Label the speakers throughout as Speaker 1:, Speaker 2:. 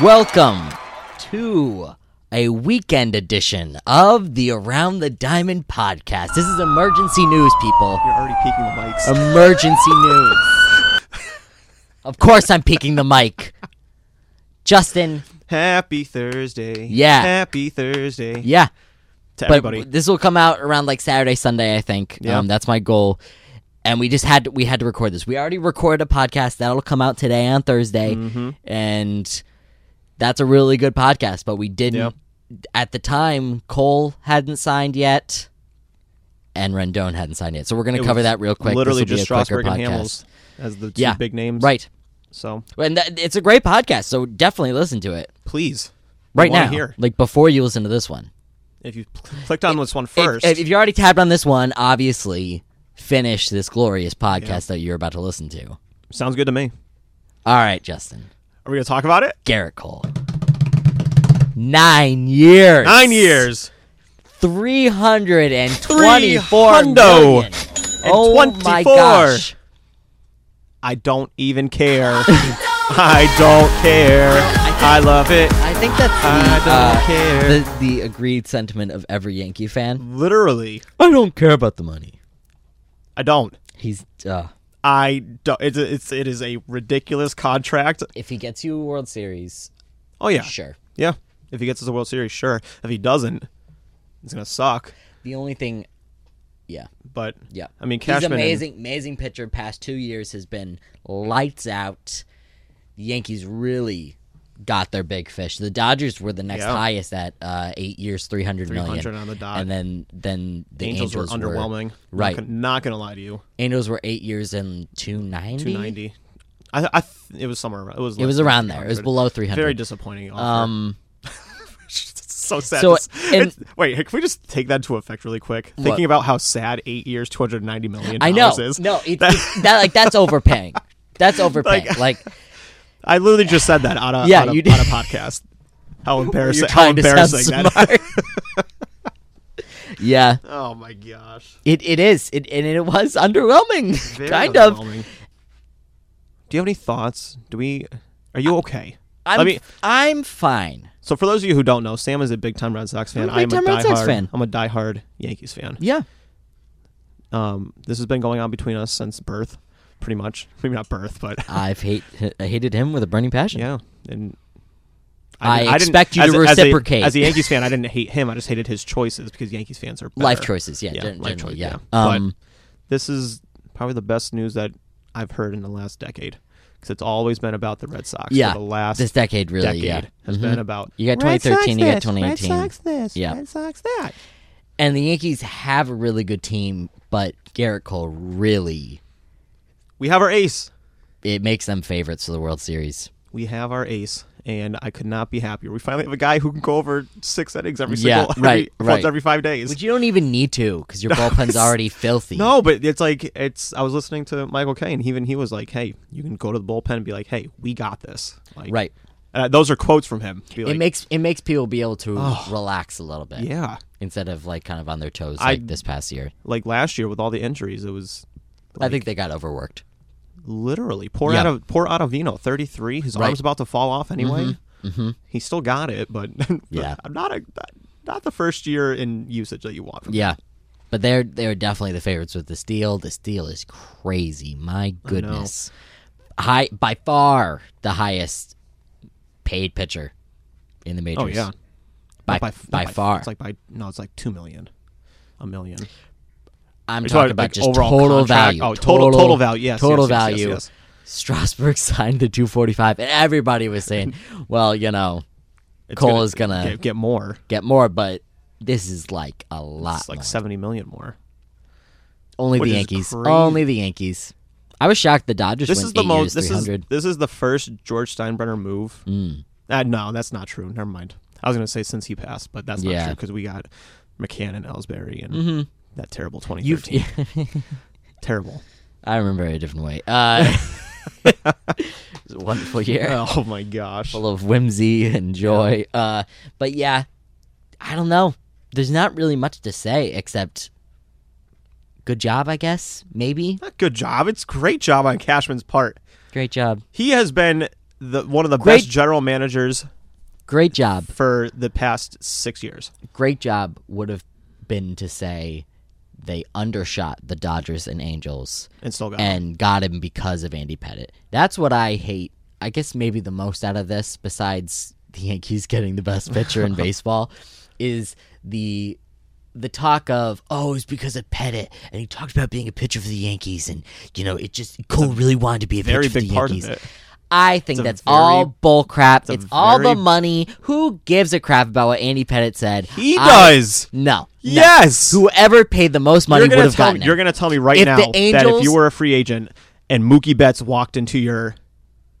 Speaker 1: Welcome to a weekend edition of the Around the Diamond podcast. This is emergency news, people.
Speaker 2: You're already peeking the
Speaker 1: Um,
Speaker 2: mics.
Speaker 1: Emergency news. Of course, I'm peeking the mic. Justin,
Speaker 2: Happy Thursday.
Speaker 1: Yeah.
Speaker 2: Happy Thursday
Speaker 1: yeah,
Speaker 2: to
Speaker 1: but
Speaker 2: everybody.
Speaker 1: this will come out around like Saturday, Sunday, I think.
Speaker 2: Yeah.
Speaker 1: Um, that's my goal. And we just had we had to record this. We already recorded a podcast that'll come out today on Thursday,
Speaker 2: Mm-hmm.
Speaker 1: and that's a really good podcast. But we didn't at the time. Cole hadn't signed yet, and Rendon hadn't signed yet. So we're going to
Speaker 2: It
Speaker 1: cover
Speaker 2: was
Speaker 1: that real quick.
Speaker 2: Literally
Speaker 1: This will be
Speaker 2: just
Speaker 1: a quicker
Speaker 2: Strasburg and
Speaker 1: podcast.
Speaker 2: Hamels as the two
Speaker 1: Yeah.
Speaker 2: big names.
Speaker 1: right?
Speaker 2: So
Speaker 1: And that, it's a great podcast. So definitely listen to it
Speaker 2: please, we
Speaker 1: right
Speaker 2: wanna
Speaker 1: now,
Speaker 2: hear.
Speaker 1: like before you listen to this one.
Speaker 2: If you cl- clicked on this one
Speaker 1: If-
Speaker 2: first,
Speaker 1: If, you're already tabbed on this one, obviously finish this glorious podcast that you're about to listen to.
Speaker 2: sounds good to me.
Speaker 1: All right, Justin.
Speaker 2: Are we gonna talk about it?
Speaker 1: Garrett Cole. Nine years.
Speaker 2: Nine years.
Speaker 1: 324
Speaker 2: Three hundo
Speaker 1: million. Oh my
Speaker 2: 24.
Speaker 1: gosh.
Speaker 2: I don't even care. I don't care. I love it.
Speaker 1: I think that's
Speaker 2: I
Speaker 1: the,
Speaker 2: don't
Speaker 1: uh,
Speaker 2: care.
Speaker 1: the, the agreed sentiment of every Yankee fan.
Speaker 2: Literally,
Speaker 1: I don't care about the money.
Speaker 2: I don't.
Speaker 1: He's uh,
Speaker 2: I don't. It's a, it's it is a ridiculous contract.
Speaker 1: if he gets you a World Series,
Speaker 2: Oh yeah,
Speaker 1: sure.
Speaker 2: yeah. If he gets us a World Series, sure. If he doesn't, it's gonna suck.
Speaker 1: The only thing, yeah.
Speaker 2: But
Speaker 1: Yeah,
Speaker 2: I mean
Speaker 1: he's
Speaker 2: Cashman. and-
Speaker 1: amazing, amazing pitcher. Past two years has been lights out. The Yankees really got their big fish. The Dodgers were the next
Speaker 2: Yeah.
Speaker 1: highest at uh, eight years, three hundred million.
Speaker 2: 300 on the dot.
Speaker 1: and then then the
Speaker 2: Angels, were underwhelming.
Speaker 1: Right,
Speaker 2: Not, gon- not gonna lie to you.
Speaker 1: Angels were eight years and two
Speaker 2: Two
Speaker 1: ninety.
Speaker 2: ninety. I, I th- it was somewhere. around- It was.
Speaker 1: It was around there. It was below three
Speaker 2: Very
Speaker 1: hundred.
Speaker 2: disappointing. Offer.
Speaker 1: Um,
Speaker 2: so sad.
Speaker 1: so,
Speaker 2: to s-
Speaker 1: and-
Speaker 2: it's- wait, can we just take that into effect really quick? Thinking about how sad eight years, two hundred ninety million.
Speaker 1: I know.
Speaker 2: Is.
Speaker 1: No, it, it's- that like that's overpaying. That's overpaying. Like,
Speaker 2: Like- I literally just said that on a
Speaker 1: Yeah,
Speaker 2: on a,
Speaker 1: you did.
Speaker 2: on a podcast. How embarrassing!
Speaker 1: you're
Speaker 2: How
Speaker 1: trying to sound
Speaker 2: embarrassing that is.
Speaker 1: smart. yeah.
Speaker 2: Oh my gosh.
Speaker 1: It it is. It and it was underwhelming.
Speaker 2: Very
Speaker 1: kind of.
Speaker 2: overwhelming. Do you have any thoughts? Do we? Are you okay?
Speaker 1: I'm
Speaker 2: Let me.
Speaker 1: I'm fine.
Speaker 2: So for those of you who don't know, Sam is a big time Red Sox fan.
Speaker 1: I'm a big
Speaker 2: I'm a
Speaker 1: time Red
Speaker 2: diehard.
Speaker 1: Sox fan.
Speaker 2: I'm a diehard Yankees fan.
Speaker 1: Yeah.
Speaker 2: Um, this has been going on between us since birth, pretty much. Maybe not birth, but
Speaker 1: I've hate I hated him with a burning passion.
Speaker 2: yeah. And
Speaker 1: I
Speaker 2: didn't- didn't-
Speaker 1: expect you
Speaker 2: as
Speaker 1: to
Speaker 2: a- as a-
Speaker 1: reciprocate.
Speaker 2: As a, Yankees fan, I didn't hate him. I just hated his choices because Yankees fans are better.
Speaker 1: Life choices, yeah,
Speaker 2: Yeah,
Speaker 1: gen-
Speaker 2: life
Speaker 1: generally,
Speaker 2: choice,
Speaker 1: yeah.
Speaker 2: yeah.
Speaker 1: Um,
Speaker 2: but this is probably the best news that I've heard in the last decade because it's always been about the Red Sox.
Speaker 1: Yeah,
Speaker 2: for the last
Speaker 1: this decade really,
Speaker 2: decade
Speaker 1: yeah.
Speaker 2: has
Speaker 1: Mhm.
Speaker 2: been about
Speaker 1: You got
Speaker 2: Red Sox
Speaker 1: 2013, you got
Speaker 2: this,
Speaker 1: 2018.
Speaker 2: Red Sox this,
Speaker 1: Yeah.
Speaker 2: Red Sox that.
Speaker 1: And the Yankees have a really good team, but Garrett Cole really
Speaker 2: We have our ace.
Speaker 1: it makes them favorites of the World Series.
Speaker 2: we have our ace, and I could not be happier. We finally have a guy who can go over six innings every
Speaker 1: Yeah,
Speaker 2: single
Speaker 1: right,
Speaker 2: every,
Speaker 1: right.
Speaker 2: once every five days.
Speaker 1: But you don't even need to because your bullpen's already filthy.
Speaker 2: no, but it's like it's. I was listening to Michael Kay, and even he was like, "Hey, you can go to the bullpen and be like, hey, we got this.' Like,
Speaker 1: Right.
Speaker 2: Uh, those are quotes from him. Be
Speaker 1: it
Speaker 2: like,
Speaker 1: makes it makes people be able to relax a little bit
Speaker 2: yeah,
Speaker 1: instead of like kind of on their toes
Speaker 2: I-
Speaker 1: like this past year.
Speaker 2: like last year with all the injuries, it was
Speaker 1: I think they got overworked.
Speaker 2: literally poor
Speaker 1: Yeah.
Speaker 2: out of poor Ottavino, thirty three. His
Speaker 1: Right. Mm-hmm.
Speaker 2: arm's about to fall off anyway. He still got it, but
Speaker 1: Yeah.
Speaker 2: I'm not a not the first year in usage that you want. From
Speaker 1: Yeah. But they're they're definitely the favorites with the steal. The steal is crazy. My goodness. High by far the highest paid pitcher in the majors.
Speaker 2: Oh yeah,
Speaker 1: By
Speaker 2: Not
Speaker 1: by,
Speaker 2: f- not f-
Speaker 1: far.
Speaker 2: It's like by no, it's like two million, a million.
Speaker 1: I'm talking
Speaker 2: You're talking
Speaker 1: about
Speaker 2: like
Speaker 1: just
Speaker 2: overall
Speaker 1: total
Speaker 2: contract-
Speaker 1: value.
Speaker 2: oh, total- total value. Yes,
Speaker 1: Total
Speaker 2: yes, yes, yes,
Speaker 1: value.
Speaker 2: yes.
Speaker 1: Strasburg signed the 245 and everybody was saying, well, you know,
Speaker 2: It's
Speaker 1: Cole is gonna-
Speaker 2: get, get more.
Speaker 1: get more, but this is like a lot.
Speaker 2: It's like
Speaker 1: more.
Speaker 2: seventy million more.
Speaker 1: Only the
Speaker 2: which is
Speaker 1: Yankees.
Speaker 2: crazy.
Speaker 1: Only the Yankees. I was shocked the Dodgers
Speaker 2: This
Speaker 1: went
Speaker 2: is the
Speaker 1: eight years,
Speaker 2: most. This is
Speaker 1: 300.
Speaker 2: this is the first George Steinbrenner move.
Speaker 1: Mm.
Speaker 2: Uh, no, that's not true. Never mind. I was gonna say since he passed, but that's
Speaker 1: Yeah. Mm-hmm.
Speaker 2: not true because we got McCann and Ellsbury and that terrible twenty
Speaker 1: You've-
Speaker 2: thirteen. terrible.
Speaker 1: I remember it a different way. Uh, it was a wonderful year,
Speaker 2: Oh my gosh.
Speaker 1: full of whimsy and joy. Uh, but yeah, I don't know. There's not really much to say except good job, I guess. Maybe
Speaker 2: Good job. It's great job on Cashman's part.
Speaker 1: great job.
Speaker 2: He has been the one of the
Speaker 1: Great-
Speaker 2: best general managers
Speaker 1: Great job.
Speaker 2: for the past six years.
Speaker 1: Great job would have been to say they undershot the Dodgers and Angels
Speaker 2: And still got
Speaker 1: and got him because of Andy Pettit. That's what I hate. I guess maybe the most out of this, besides the Yankees getting the best pitcher in baseball, is the the talk of oh it's because of Pettit and he talked about being a pitcher for the Yankees and you know it just Cole really wanted to be a
Speaker 2: very
Speaker 1: pitcher for
Speaker 2: big
Speaker 1: the
Speaker 2: part of
Speaker 1: Yankees.
Speaker 2: it.
Speaker 1: I think
Speaker 2: It's a
Speaker 1: that's
Speaker 2: very-
Speaker 1: all bull crap. It's,
Speaker 2: a
Speaker 1: all the
Speaker 2: very-
Speaker 1: money. Who gives a crap about what Andy Pettit said?
Speaker 2: He
Speaker 1: I-
Speaker 2: does.
Speaker 1: No. no.
Speaker 2: Yes.
Speaker 1: Whoever paid the most money
Speaker 2: you're
Speaker 1: would
Speaker 2: gonna
Speaker 1: have
Speaker 2: tell
Speaker 1: gotten
Speaker 2: me,
Speaker 1: him.
Speaker 2: you're gonna tell me right
Speaker 1: If the
Speaker 2: now that
Speaker 1: Angels-
Speaker 2: if you were a free agent and Mookie Betts walked into your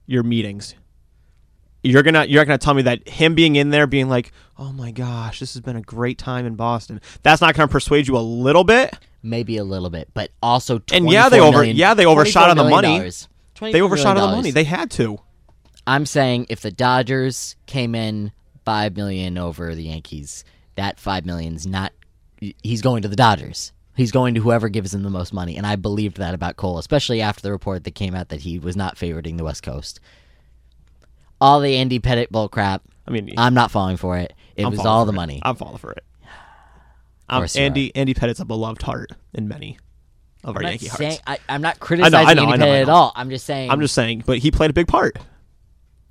Speaker 2: your meetings, you're gonna you're not gonna tell me that him being in there being like, oh my gosh, this has been a great time in Boston. That's not gonna persuade you a little bit.
Speaker 1: maybe a little bit, but also 24
Speaker 2: And yeah, they over-
Speaker 1: million-
Speaker 2: yeah, they overshot on the
Speaker 1: 24 million
Speaker 2: money.
Speaker 1: dollars.
Speaker 2: They
Speaker 1: 24
Speaker 2: overshot
Speaker 1: million
Speaker 2: on the money.
Speaker 1: dollars.
Speaker 2: They had to.
Speaker 1: I'm saying if the Dodgers came in five million over the Yankees, that five million's not. He's going to the Dodgers. He's going to whoever gives him the most money, and I believed that about Cole, especially after the report that came out that he was not favoriting the West Coast. All the Andy Pettit bull crap.
Speaker 2: I mean,
Speaker 1: I'm not falling for it. It
Speaker 2: I'm
Speaker 1: was
Speaker 2: falling
Speaker 1: all
Speaker 2: for
Speaker 1: the
Speaker 2: it.
Speaker 1: money.
Speaker 2: I'm falling for it. I'm
Speaker 1: course you
Speaker 2: Andy Andy Pettit's a beloved heart in many of our
Speaker 1: I'm not,
Speaker 2: Yankee
Speaker 1: saying,
Speaker 2: hearts.
Speaker 1: I, I'm not criticizing
Speaker 2: I
Speaker 1: Andy
Speaker 2: know, I know, I
Speaker 1: Pettit at
Speaker 2: know.
Speaker 1: all. I'm just saying.
Speaker 2: I'm just saying, but he played a big part.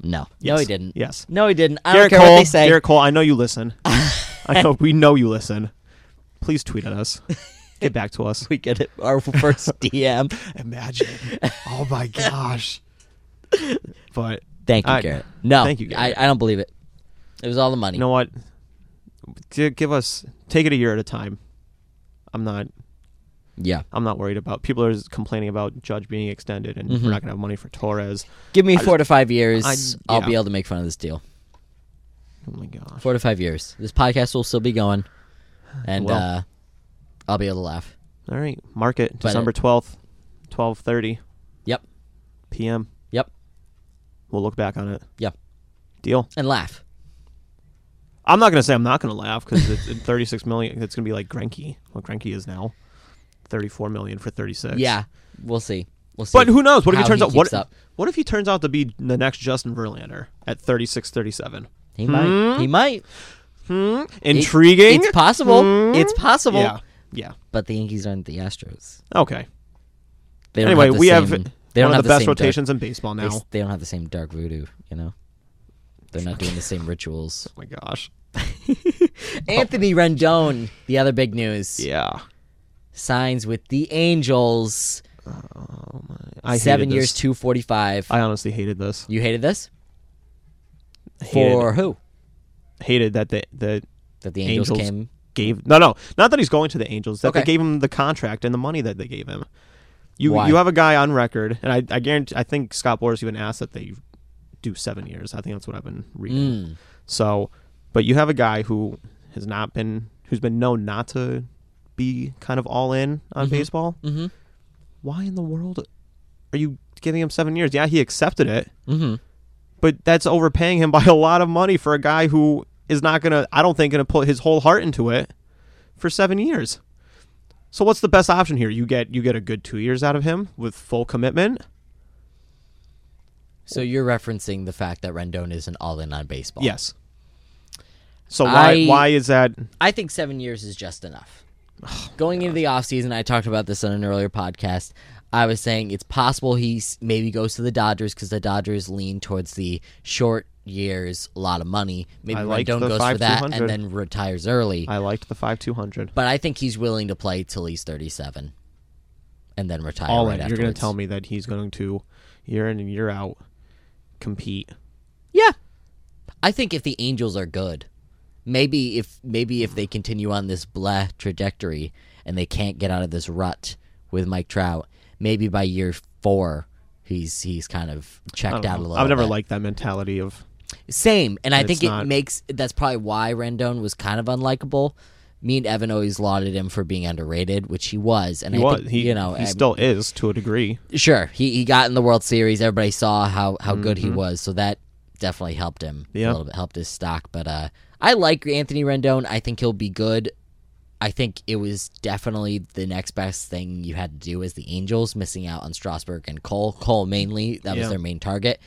Speaker 1: no. No,
Speaker 2: Yes.
Speaker 1: he didn't.
Speaker 2: Yes.
Speaker 1: No, he didn't. I
Speaker 2: Garrett
Speaker 1: don't care
Speaker 2: Cole,
Speaker 1: what they say.
Speaker 2: Garrett Cole, I know you listen. I know we know you listen. Please tweet at us. Get back to us.
Speaker 1: we get it, our first DM.
Speaker 2: Imagine. Oh my gosh. But
Speaker 1: Thank you,
Speaker 2: I-
Speaker 1: Garrett. No,
Speaker 2: Thank you, Garrett.
Speaker 1: I, I don't believe it. It was all the money.
Speaker 2: You know what? Gi- Give us take it a year at a time. I'm not
Speaker 1: Yeah,
Speaker 2: I'm not worried about people are complaining about Judge being extended and we're
Speaker 1: Mm-hmm.
Speaker 2: not gonna have money for Torres.
Speaker 1: give me four to five years.
Speaker 2: I-
Speaker 1: I'll
Speaker 2: yeah.
Speaker 1: be able to make fun of this deal.
Speaker 2: Oh my gosh.
Speaker 1: Four to five years. This podcast will still be going, and
Speaker 2: Well.
Speaker 1: uh, I'll be able to laugh.
Speaker 2: All right. Mark it.
Speaker 1: But- uh,
Speaker 2: December twelfth, twelve thirty
Speaker 1: Yep,
Speaker 2: PM.
Speaker 1: yep,
Speaker 2: We'll look back on it.
Speaker 1: yep,
Speaker 2: Deal.
Speaker 1: and laugh.
Speaker 2: I'm not gonna say I'm not gonna laugh because it's it's 36 million. It's gonna be like Grenke, what Grenke is now, 34 million for 36.
Speaker 1: Yeah, we'll see. We'll see.
Speaker 2: but who knows? What if
Speaker 1: how
Speaker 2: he turns
Speaker 1: he
Speaker 2: out? What
Speaker 1: keeps up.
Speaker 2: what if he turns out to be the next Justin Verlander at 36, 37?
Speaker 1: He might.
Speaker 2: Hmm?
Speaker 1: He might.
Speaker 2: Intriguing.
Speaker 1: It's possible.
Speaker 2: Hmm?
Speaker 1: It's possible.
Speaker 2: Yeah. Yeah.
Speaker 1: But the Yankees aren't the Astros.
Speaker 2: Okay.
Speaker 1: They don't
Speaker 2: Anyway,
Speaker 1: have the
Speaker 2: we
Speaker 1: same,
Speaker 2: have
Speaker 1: they don't
Speaker 2: one
Speaker 1: have
Speaker 2: of the best
Speaker 1: same dark-
Speaker 2: rotations in baseball now. Oh
Speaker 1: They, s- they don't have the same dark voodoo, you know. They're not doing the same rituals.
Speaker 2: oh my gosh.
Speaker 1: Anthony Rendon, the other big news,
Speaker 2: Yeah.
Speaker 1: signs with the Angels.
Speaker 2: I hated
Speaker 1: seven years,
Speaker 2: this.
Speaker 1: two forty five.
Speaker 2: I honestly hated this.
Speaker 1: You hated this
Speaker 2: Hated-
Speaker 1: for who?
Speaker 2: hated that the the
Speaker 1: That the Angels,
Speaker 2: Angels.
Speaker 1: came.
Speaker 2: gave no no not that he's going to the Angels that
Speaker 1: Okay.
Speaker 2: they gave him the contract and the money that they gave him. You
Speaker 1: Why?
Speaker 2: you have a guy on record, and I, I guarantee I think Scott Boras even asked that they do seven years. I think that's what I've been reading.
Speaker 1: Mm,
Speaker 2: So, but you have a guy who has not been who's been known not to be kind of all in on baseball.
Speaker 1: mm-hmm.
Speaker 2: Why in the world are you giving him seven years? Yeah, he accepted it,
Speaker 1: Mm-hmm.
Speaker 2: but that's overpaying him by a lot of money for a guy who is not gonna i don't think gonna put his whole heart into it for seven years so what's the best option here you get you get a good two years out of him with full commitment
Speaker 1: So you're referencing the fact that Rendon isn't all in on baseball.
Speaker 2: yes so why
Speaker 1: I-
Speaker 2: why is that
Speaker 1: I think seven years is just enough. Going into the offseason, I talked about this on an earlier podcast. I was saying it's possible he s- maybe goes to the Dodgers because the Dodgers lean towards the short years, a lot of money. Maybe
Speaker 2: I liked
Speaker 1: Rendon
Speaker 2: the
Speaker 1: goes for
Speaker 2: 5
Speaker 1: that
Speaker 2: 200.
Speaker 1: and then retires early.
Speaker 2: i liked the 5200
Speaker 1: but I think he's willing to play till he's 37 and then retire
Speaker 2: all
Speaker 1: right
Speaker 2: in you're
Speaker 1: afterwards.
Speaker 2: gonna tell me that he's going to year in and year out compete
Speaker 1: Yeah. I think if the Angels are good, maybe if maybe if they continue on this blah trajectory and they can't get out of this rut with Mike Trout, maybe by year 4 he's he's kind of
Speaker 2: I
Speaker 1: checked out a
Speaker 2: don't know.
Speaker 1: little.
Speaker 2: i've never
Speaker 1: bit.
Speaker 2: liked that mentality of
Speaker 1: Same, and I
Speaker 2: It's
Speaker 1: think it
Speaker 2: not-
Speaker 1: makes that's probably why Rendon was kind of unlikable. Me and Evan always lauded him for being underrated, which he was, and
Speaker 2: he
Speaker 1: I
Speaker 2: was
Speaker 1: think
Speaker 2: he,
Speaker 1: you know
Speaker 2: he
Speaker 1: I-
Speaker 2: still is to a degree
Speaker 1: sure he he got in the World Series. Everybody saw how how good
Speaker 2: Mm-hmm.
Speaker 1: he was, so that definitely helped him a
Speaker 2: Yeah.
Speaker 1: little bit, helped his stock. But uh, I like Anthony Rendon. I think he'll be good. I think it was definitely the next best thing you had to do as the Angels missing out on Strasburg and Cole. Cole mainly that was
Speaker 2: Yeah.
Speaker 1: their main target.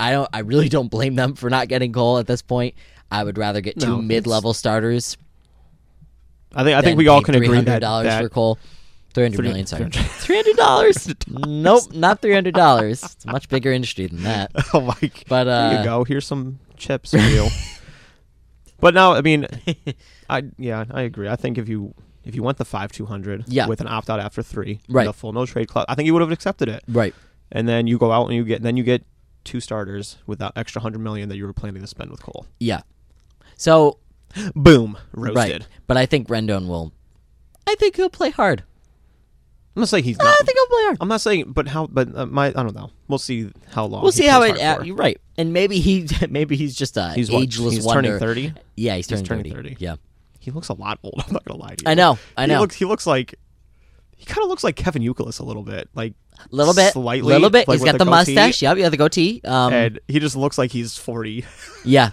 Speaker 1: I don't. I really don't blame them for not getting Cole at this point. I would rather get two
Speaker 2: No, it's-
Speaker 1: mid-level starters.
Speaker 2: I think I
Speaker 1: than
Speaker 2: think we all
Speaker 1: pay
Speaker 2: can agree that,
Speaker 1: $300
Speaker 2: that
Speaker 1: for Cole. Three hundred
Speaker 2: Three-
Speaker 1: million, sorry. Three hundred dollars? Nope, not three hundred dollars. It's a much bigger industry than that.
Speaker 2: oh my god.
Speaker 1: But uh,
Speaker 2: There you go. Here's some chips for you. but no, I mean, I yeah, I agree. I think if you if you went the five two hundred
Speaker 1: Yeah.
Speaker 2: with an opt out after three, and
Speaker 1: Right.
Speaker 2: a full no trade clause, I think you would have accepted it.
Speaker 1: right,
Speaker 2: And then you go out and you get then you get two starters with that extra hundred million that you were planning to spend with Cole.
Speaker 1: yeah. So
Speaker 2: Boom, roasted.
Speaker 1: right, but I think Rendon will. I think he'll play hard.
Speaker 2: I'm not saying he's
Speaker 1: I
Speaker 2: not.
Speaker 1: think he'll play hard.
Speaker 2: I'm not saying, but how? But uh, my, I don't know. We'll see how long.
Speaker 1: We'll
Speaker 2: he
Speaker 1: see how
Speaker 2: plays
Speaker 1: it.
Speaker 2: hard
Speaker 1: Uh,
Speaker 2: for.
Speaker 1: you're right, and maybe he, maybe he's just a
Speaker 2: He's what,
Speaker 1: ageless
Speaker 2: he's
Speaker 1: wonder.
Speaker 2: turning thirty.
Speaker 1: Yeah, he's turning,
Speaker 2: turning
Speaker 1: 30.
Speaker 2: 30.
Speaker 1: Yeah,
Speaker 2: He looks a lot old. I'm not gonna lie to you.
Speaker 1: I know. I
Speaker 2: He
Speaker 1: know.
Speaker 2: looks. He looks like. He kind of looks like Kevin Youkilis a little bit. Like
Speaker 1: little bit,
Speaker 2: slightly.
Speaker 1: little bit.
Speaker 2: like
Speaker 1: he's
Speaker 2: with
Speaker 1: got the,
Speaker 2: goatee,
Speaker 1: mustache. Yep, yeah, the goatee. Um,
Speaker 2: and he just looks like he's forty.
Speaker 1: yeah,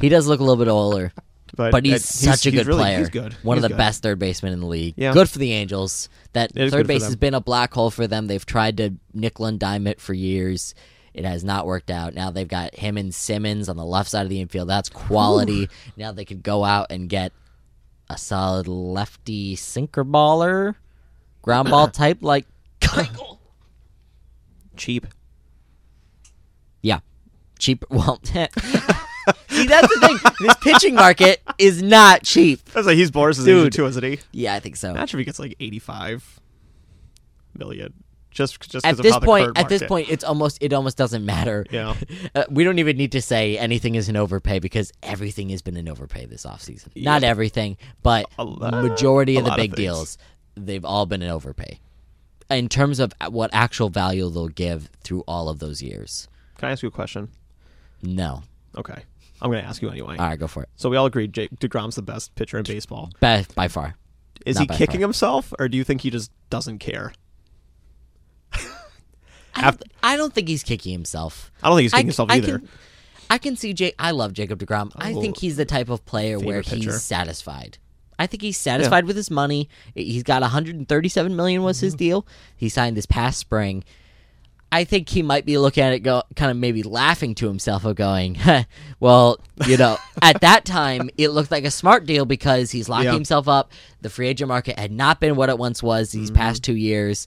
Speaker 1: he does look a little bit older,
Speaker 2: But,
Speaker 1: but he's
Speaker 2: and
Speaker 1: such a
Speaker 2: he's
Speaker 1: good
Speaker 2: really-
Speaker 1: player.
Speaker 2: He's good.
Speaker 1: One
Speaker 2: He's
Speaker 1: of the
Speaker 2: good.
Speaker 1: best third basemen in the league.
Speaker 2: Yeah.
Speaker 1: Good for the Angels. That
Speaker 2: It is
Speaker 1: third
Speaker 2: good for
Speaker 1: base has
Speaker 2: them.
Speaker 1: been a black hole for them. They've tried to nickel and dime it for years. It has not worked out. Now they've got him and Simmons on the left side of the infield. That's quality. Now they could go out and get a solid lefty sinker baller, ground ball type like Keuchel.
Speaker 2: Cheap.
Speaker 1: Yeah. Cheap. Well, see, that's the thing. This pitching market is not cheap.
Speaker 2: That's like he's Boris's
Speaker 1: Dude.
Speaker 2: age too, isn't he?
Speaker 1: Yeah, I think so.
Speaker 2: Imagine if he gets like eighty-five million. Just just 'cause
Speaker 1: At
Speaker 2: of
Speaker 1: this
Speaker 2: how the
Speaker 1: point,
Speaker 2: current
Speaker 1: at this
Speaker 2: market-
Speaker 1: point, it's almost it almost doesn't matter.
Speaker 2: Yeah.
Speaker 1: Uh, we don't even need to say anything is an overpay because everything has been an overpay this offseason. Not everything, but
Speaker 2: A lo-
Speaker 1: majority
Speaker 2: a
Speaker 1: of the
Speaker 2: lot of
Speaker 1: big
Speaker 2: things.
Speaker 1: deals, they've all been an overpay. In terms of what actual value they'll give through all of those years.
Speaker 2: Can I ask you a question?
Speaker 1: No.
Speaker 2: Okay, I'm gonna ask you anyway.
Speaker 1: All right, go for it.
Speaker 2: So we all agreed Jake Degrom's the best pitcher in baseball.
Speaker 1: By, by far.
Speaker 2: Is
Speaker 1: Not
Speaker 2: he
Speaker 1: by
Speaker 2: kicking
Speaker 1: far.
Speaker 2: himself, or do you think he just doesn't care?
Speaker 1: I don't, th- I don't think he's kicking himself.
Speaker 2: I don't think he's kicking
Speaker 1: c-
Speaker 2: himself either.
Speaker 1: Can, I can see Jake. I love Jacob Degrom. I
Speaker 2: Oh,
Speaker 1: think he's the type of player where
Speaker 2: favorite pitcher.
Speaker 1: he's satisfied. I think he's satisfied with his money. He's got 137 million was
Speaker 2: Mm-hmm.
Speaker 1: his deal. He signed this past spring. I think he might be looking at it, go kind of maybe laughing to himself, of going, "Huh, "Well, you know, at that time it looked like a smart deal because he's locking
Speaker 2: Yeah.
Speaker 1: himself up. The free agent market had not been what it once was these past two years.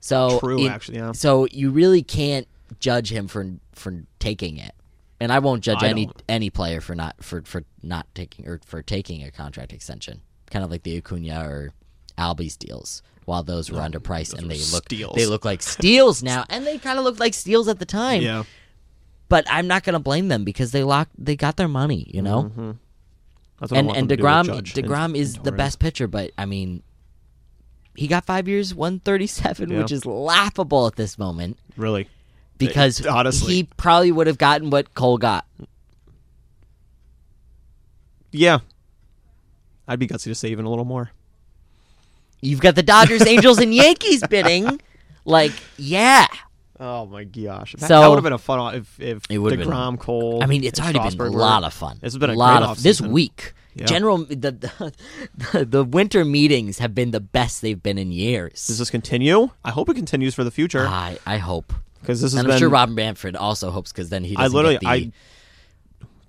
Speaker 1: So
Speaker 2: Mm-hmm. True,
Speaker 1: it-
Speaker 2: actually, yeah.
Speaker 1: So you really can't judge him for for taking it, and I won't judge
Speaker 2: I
Speaker 1: any
Speaker 2: don't.
Speaker 1: any player for not for for not taking or for taking a contract extension, kind of like the Acuna or Albies deals. While those were underpriced and
Speaker 2: were
Speaker 1: they look
Speaker 2: steals.
Speaker 1: they look like steals now, and they kind of looked like steals at the time.
Speaker 2: Yeah.
Speaker 1: But I'm not going to blame them because they locked they got their money, you know.
Speaker 2: Mm-hmm. That's
Speaker 1: And and Degrom Degrom is the best pitcher, but I mean, he got five years, 137,
Speaker 2: Yeah.
Speaker 1: which is laughable at this moment
Speaker 2: Really,
Speaker 1: because
Speaker 2: honestly.
Speaker 1: he probably would have gotten what Cole got.
Speaker 2: yeah. I'd be gutsy to say even a little more.
Speaker 1: You've got the Dodgers, Angels, and Yankees bidding, like yeah.
Speaker 2: Oh my gosh, that,
Speaker 1: So-
Speaker 2: would have been a fun if if
Speaker 1: It would've been-
Speaker 2: Degrom Cole.
Speaker 1: I mean, it's
Speaker 2: and
Speaker 1: already been a
Speaker 2: Strasburg were-
Speaker 1: lot of fun.
Speaker 2: It's been a
Speaker 1: lot
Speaker 2: great
Speaker 1: of this
Speaker 2: offseason.
Speaker 1: week.
Speaker 2: Yeah.
Speaker 1: General the, the the the winter meetings have been the best they've been in
Speaker 2: Does
Speaker 1: years.
Speaker 2: this continue? I hope it continues for the future
Speaker 1: I I hope,
Speaker 2: because this has
Speaker 1: Ah, and
Speaker 2: been.
Speaker 1: I'm sure Robin Bamford also hopes because then he.
Speaker 2: I
Speaker 1: Doesn't
Speaker 2: literally
Speaker 1: get the,
Speaker 2: I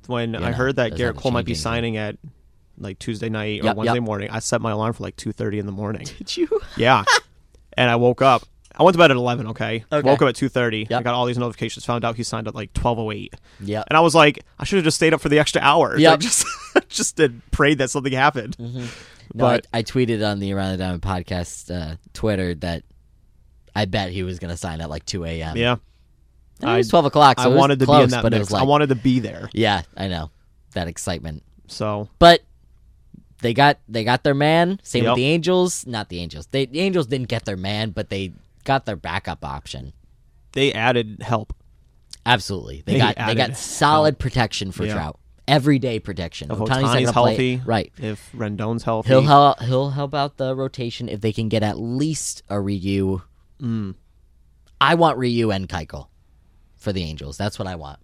Speaker 2: when I
Speaker 1: no,
Speaker 2: heard that
Speaker 1: doesn't
Speaker 2: Garrett
Speaker 1: have to
Speaker 2: Cole might
Speaker 1: change
Speaker 2: be
Speaker 1: anything.
Speaker 2: signing at like Tuesday night or
Speaker 1: Yep,
Speaker 2: Wednesday
Speaker 1: yep.
Speaker 2: morning, I set my alarm for like two thirty in the morning.
Speaker 1: did you.
Speaker 2: Yeah. and I woke up. I went to bed at eleven. Okay.
Speaker 1: Okay.
Speaker 2: Woke up at two thirty. I
Speaker 1: Yep.
Speaker 2: got all these notifications. Found out he signed at like twelve oh eight.
Speaker 1: Yep.
Speaker 2: And I was like, I should have just stayed up for the extra hour. Yeah.
Speaker 1: Yep. Mm-hmm.
Speaker 2: Just just did, prayed that something happened.
Speaker 1: No, I-
Speaker 2: But
Speaker 1: I, tweeted on the Around the Diamond podcast uh, Twitter that I bet he was going to sign at like 2 a.m.
Speaker 2: yeah,
Speaker 1: And it was
Speaker 2: I-
Speaker 1: 12 o'clock. So
Speaker 2: I
Speaker 1: it was
Speaker 2: wanted to
Speaker 1: close,
Speaker 2: be in that
Speaker 1: but it
Speaker 2: mix.
Speaker 1: was like,
Speaker 2: I wanted to be there.
Speaker 1: yeah, I know that excitement.
Speaker 2: So
Speaker 1: But they got they got their man. Same
Speaker 2: Yep.
Speaker 1: with the Angels. Not the Angels. They, the Angels didn't get their man, but they got their backup option.
Speaker 2: they added help.
Speaker 1: Absolutely, they
Speaker 2: They
Speaker 1: got they got
Speaker 2: added
Speaker 1: solid protection for
Speaker 2: Yeah.
Speaker 1: Trout. Everyday protection.
Speaker 2: If
Speaker 1: Ohtani's not
Speaker 2: Otani's
Speaker 1: gonna play-
Speaker 2: healthy,
Speaker 1: right?
Speaker 2: If Rendon's healthy,
Speaker 1: He'll help. He'll help out the rotation if they can get at least a Ryu.
Speaker 2: Mm.
Speaker 1: I want Ryu and Keuchel for the Angels. That's what I want.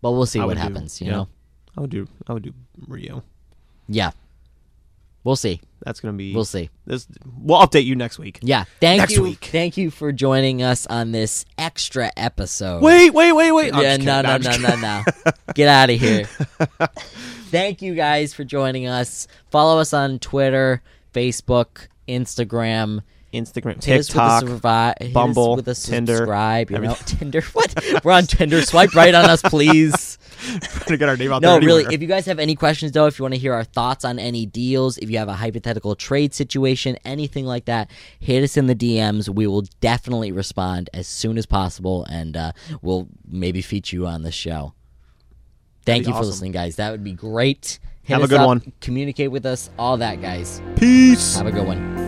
Speaker 1: But we'll see
Speaker 2: I
Speaker 1: what
Speaker 2: would do-
Speaker 1: happens. you
Speaker 2: yeah.
Speaker 1: know?
Speaker 2: I would do. I would do Rio.
Speaker 1: Yeah. We'll see.
Speaker 2: That's gonna be.
Speaker 1: We'll see.
Speaker 2: This we'll update you next week.
Speaker 1: Yeah. Thank
Speaker 2: Next
Speaker 1: you.
Speaker 2: week.
Speaker 1: Thank you for joining us on this extra episode.
Speaker 2: Wait, wait, wait, wait. I'm
Speaker 1: yeah,
Speaker 2: just
Speaker 1: no,
Speaker 2: kidding.
Speaker 1: no,
Speaker 2: I'm
Speaker 1: no, no,
Speaker 2: just
Speaker 1: no. Get out of here. Thank you guys for joining us. Follow us on Twitter, Facebook, Instagram.
Speaker 2: kidding. Instagram,
Speaker 1: Hit us
Speaker 2: TikTok.
Speaker 1: with a survi- hit us
Speaker 2: Bumble,
Speaker 1: with a
Speaker 2: Tinder,
Speaker 1: subscribe. You know,
Speaker 2: everything.
Speaker 1: Tinder. What? We're on Tinder. Swipe right on us, please.
Speaker 2: Gonna get our name out
Speaker 1: No,
Speaker 2: there.
Speaker 1: really.
Speaker 2: anywhere.
Speaker 1: If you guys have any questions, though, if you want to hear our thoughts on any deals, if you have a hypothetical trade situation, anything like that, hit us in the DMs. We will definitely respond as soon as possible, and uh, we'll maybe feature you on the show. Thank
Speaker 2: That'd be
Speaker 1: you for
Speaker 2: awesome.
Speaker 1: listening, guys. That would be great. Hit
Speaker 2: Have a
Speaker 1: us
Speaker 2: good
Speaker 1: up,
Speaker 2: one.
Speaker 1: Communicate with us, all that, guys.
Speaker 2: Peace.
Speaker 1: Have a good one.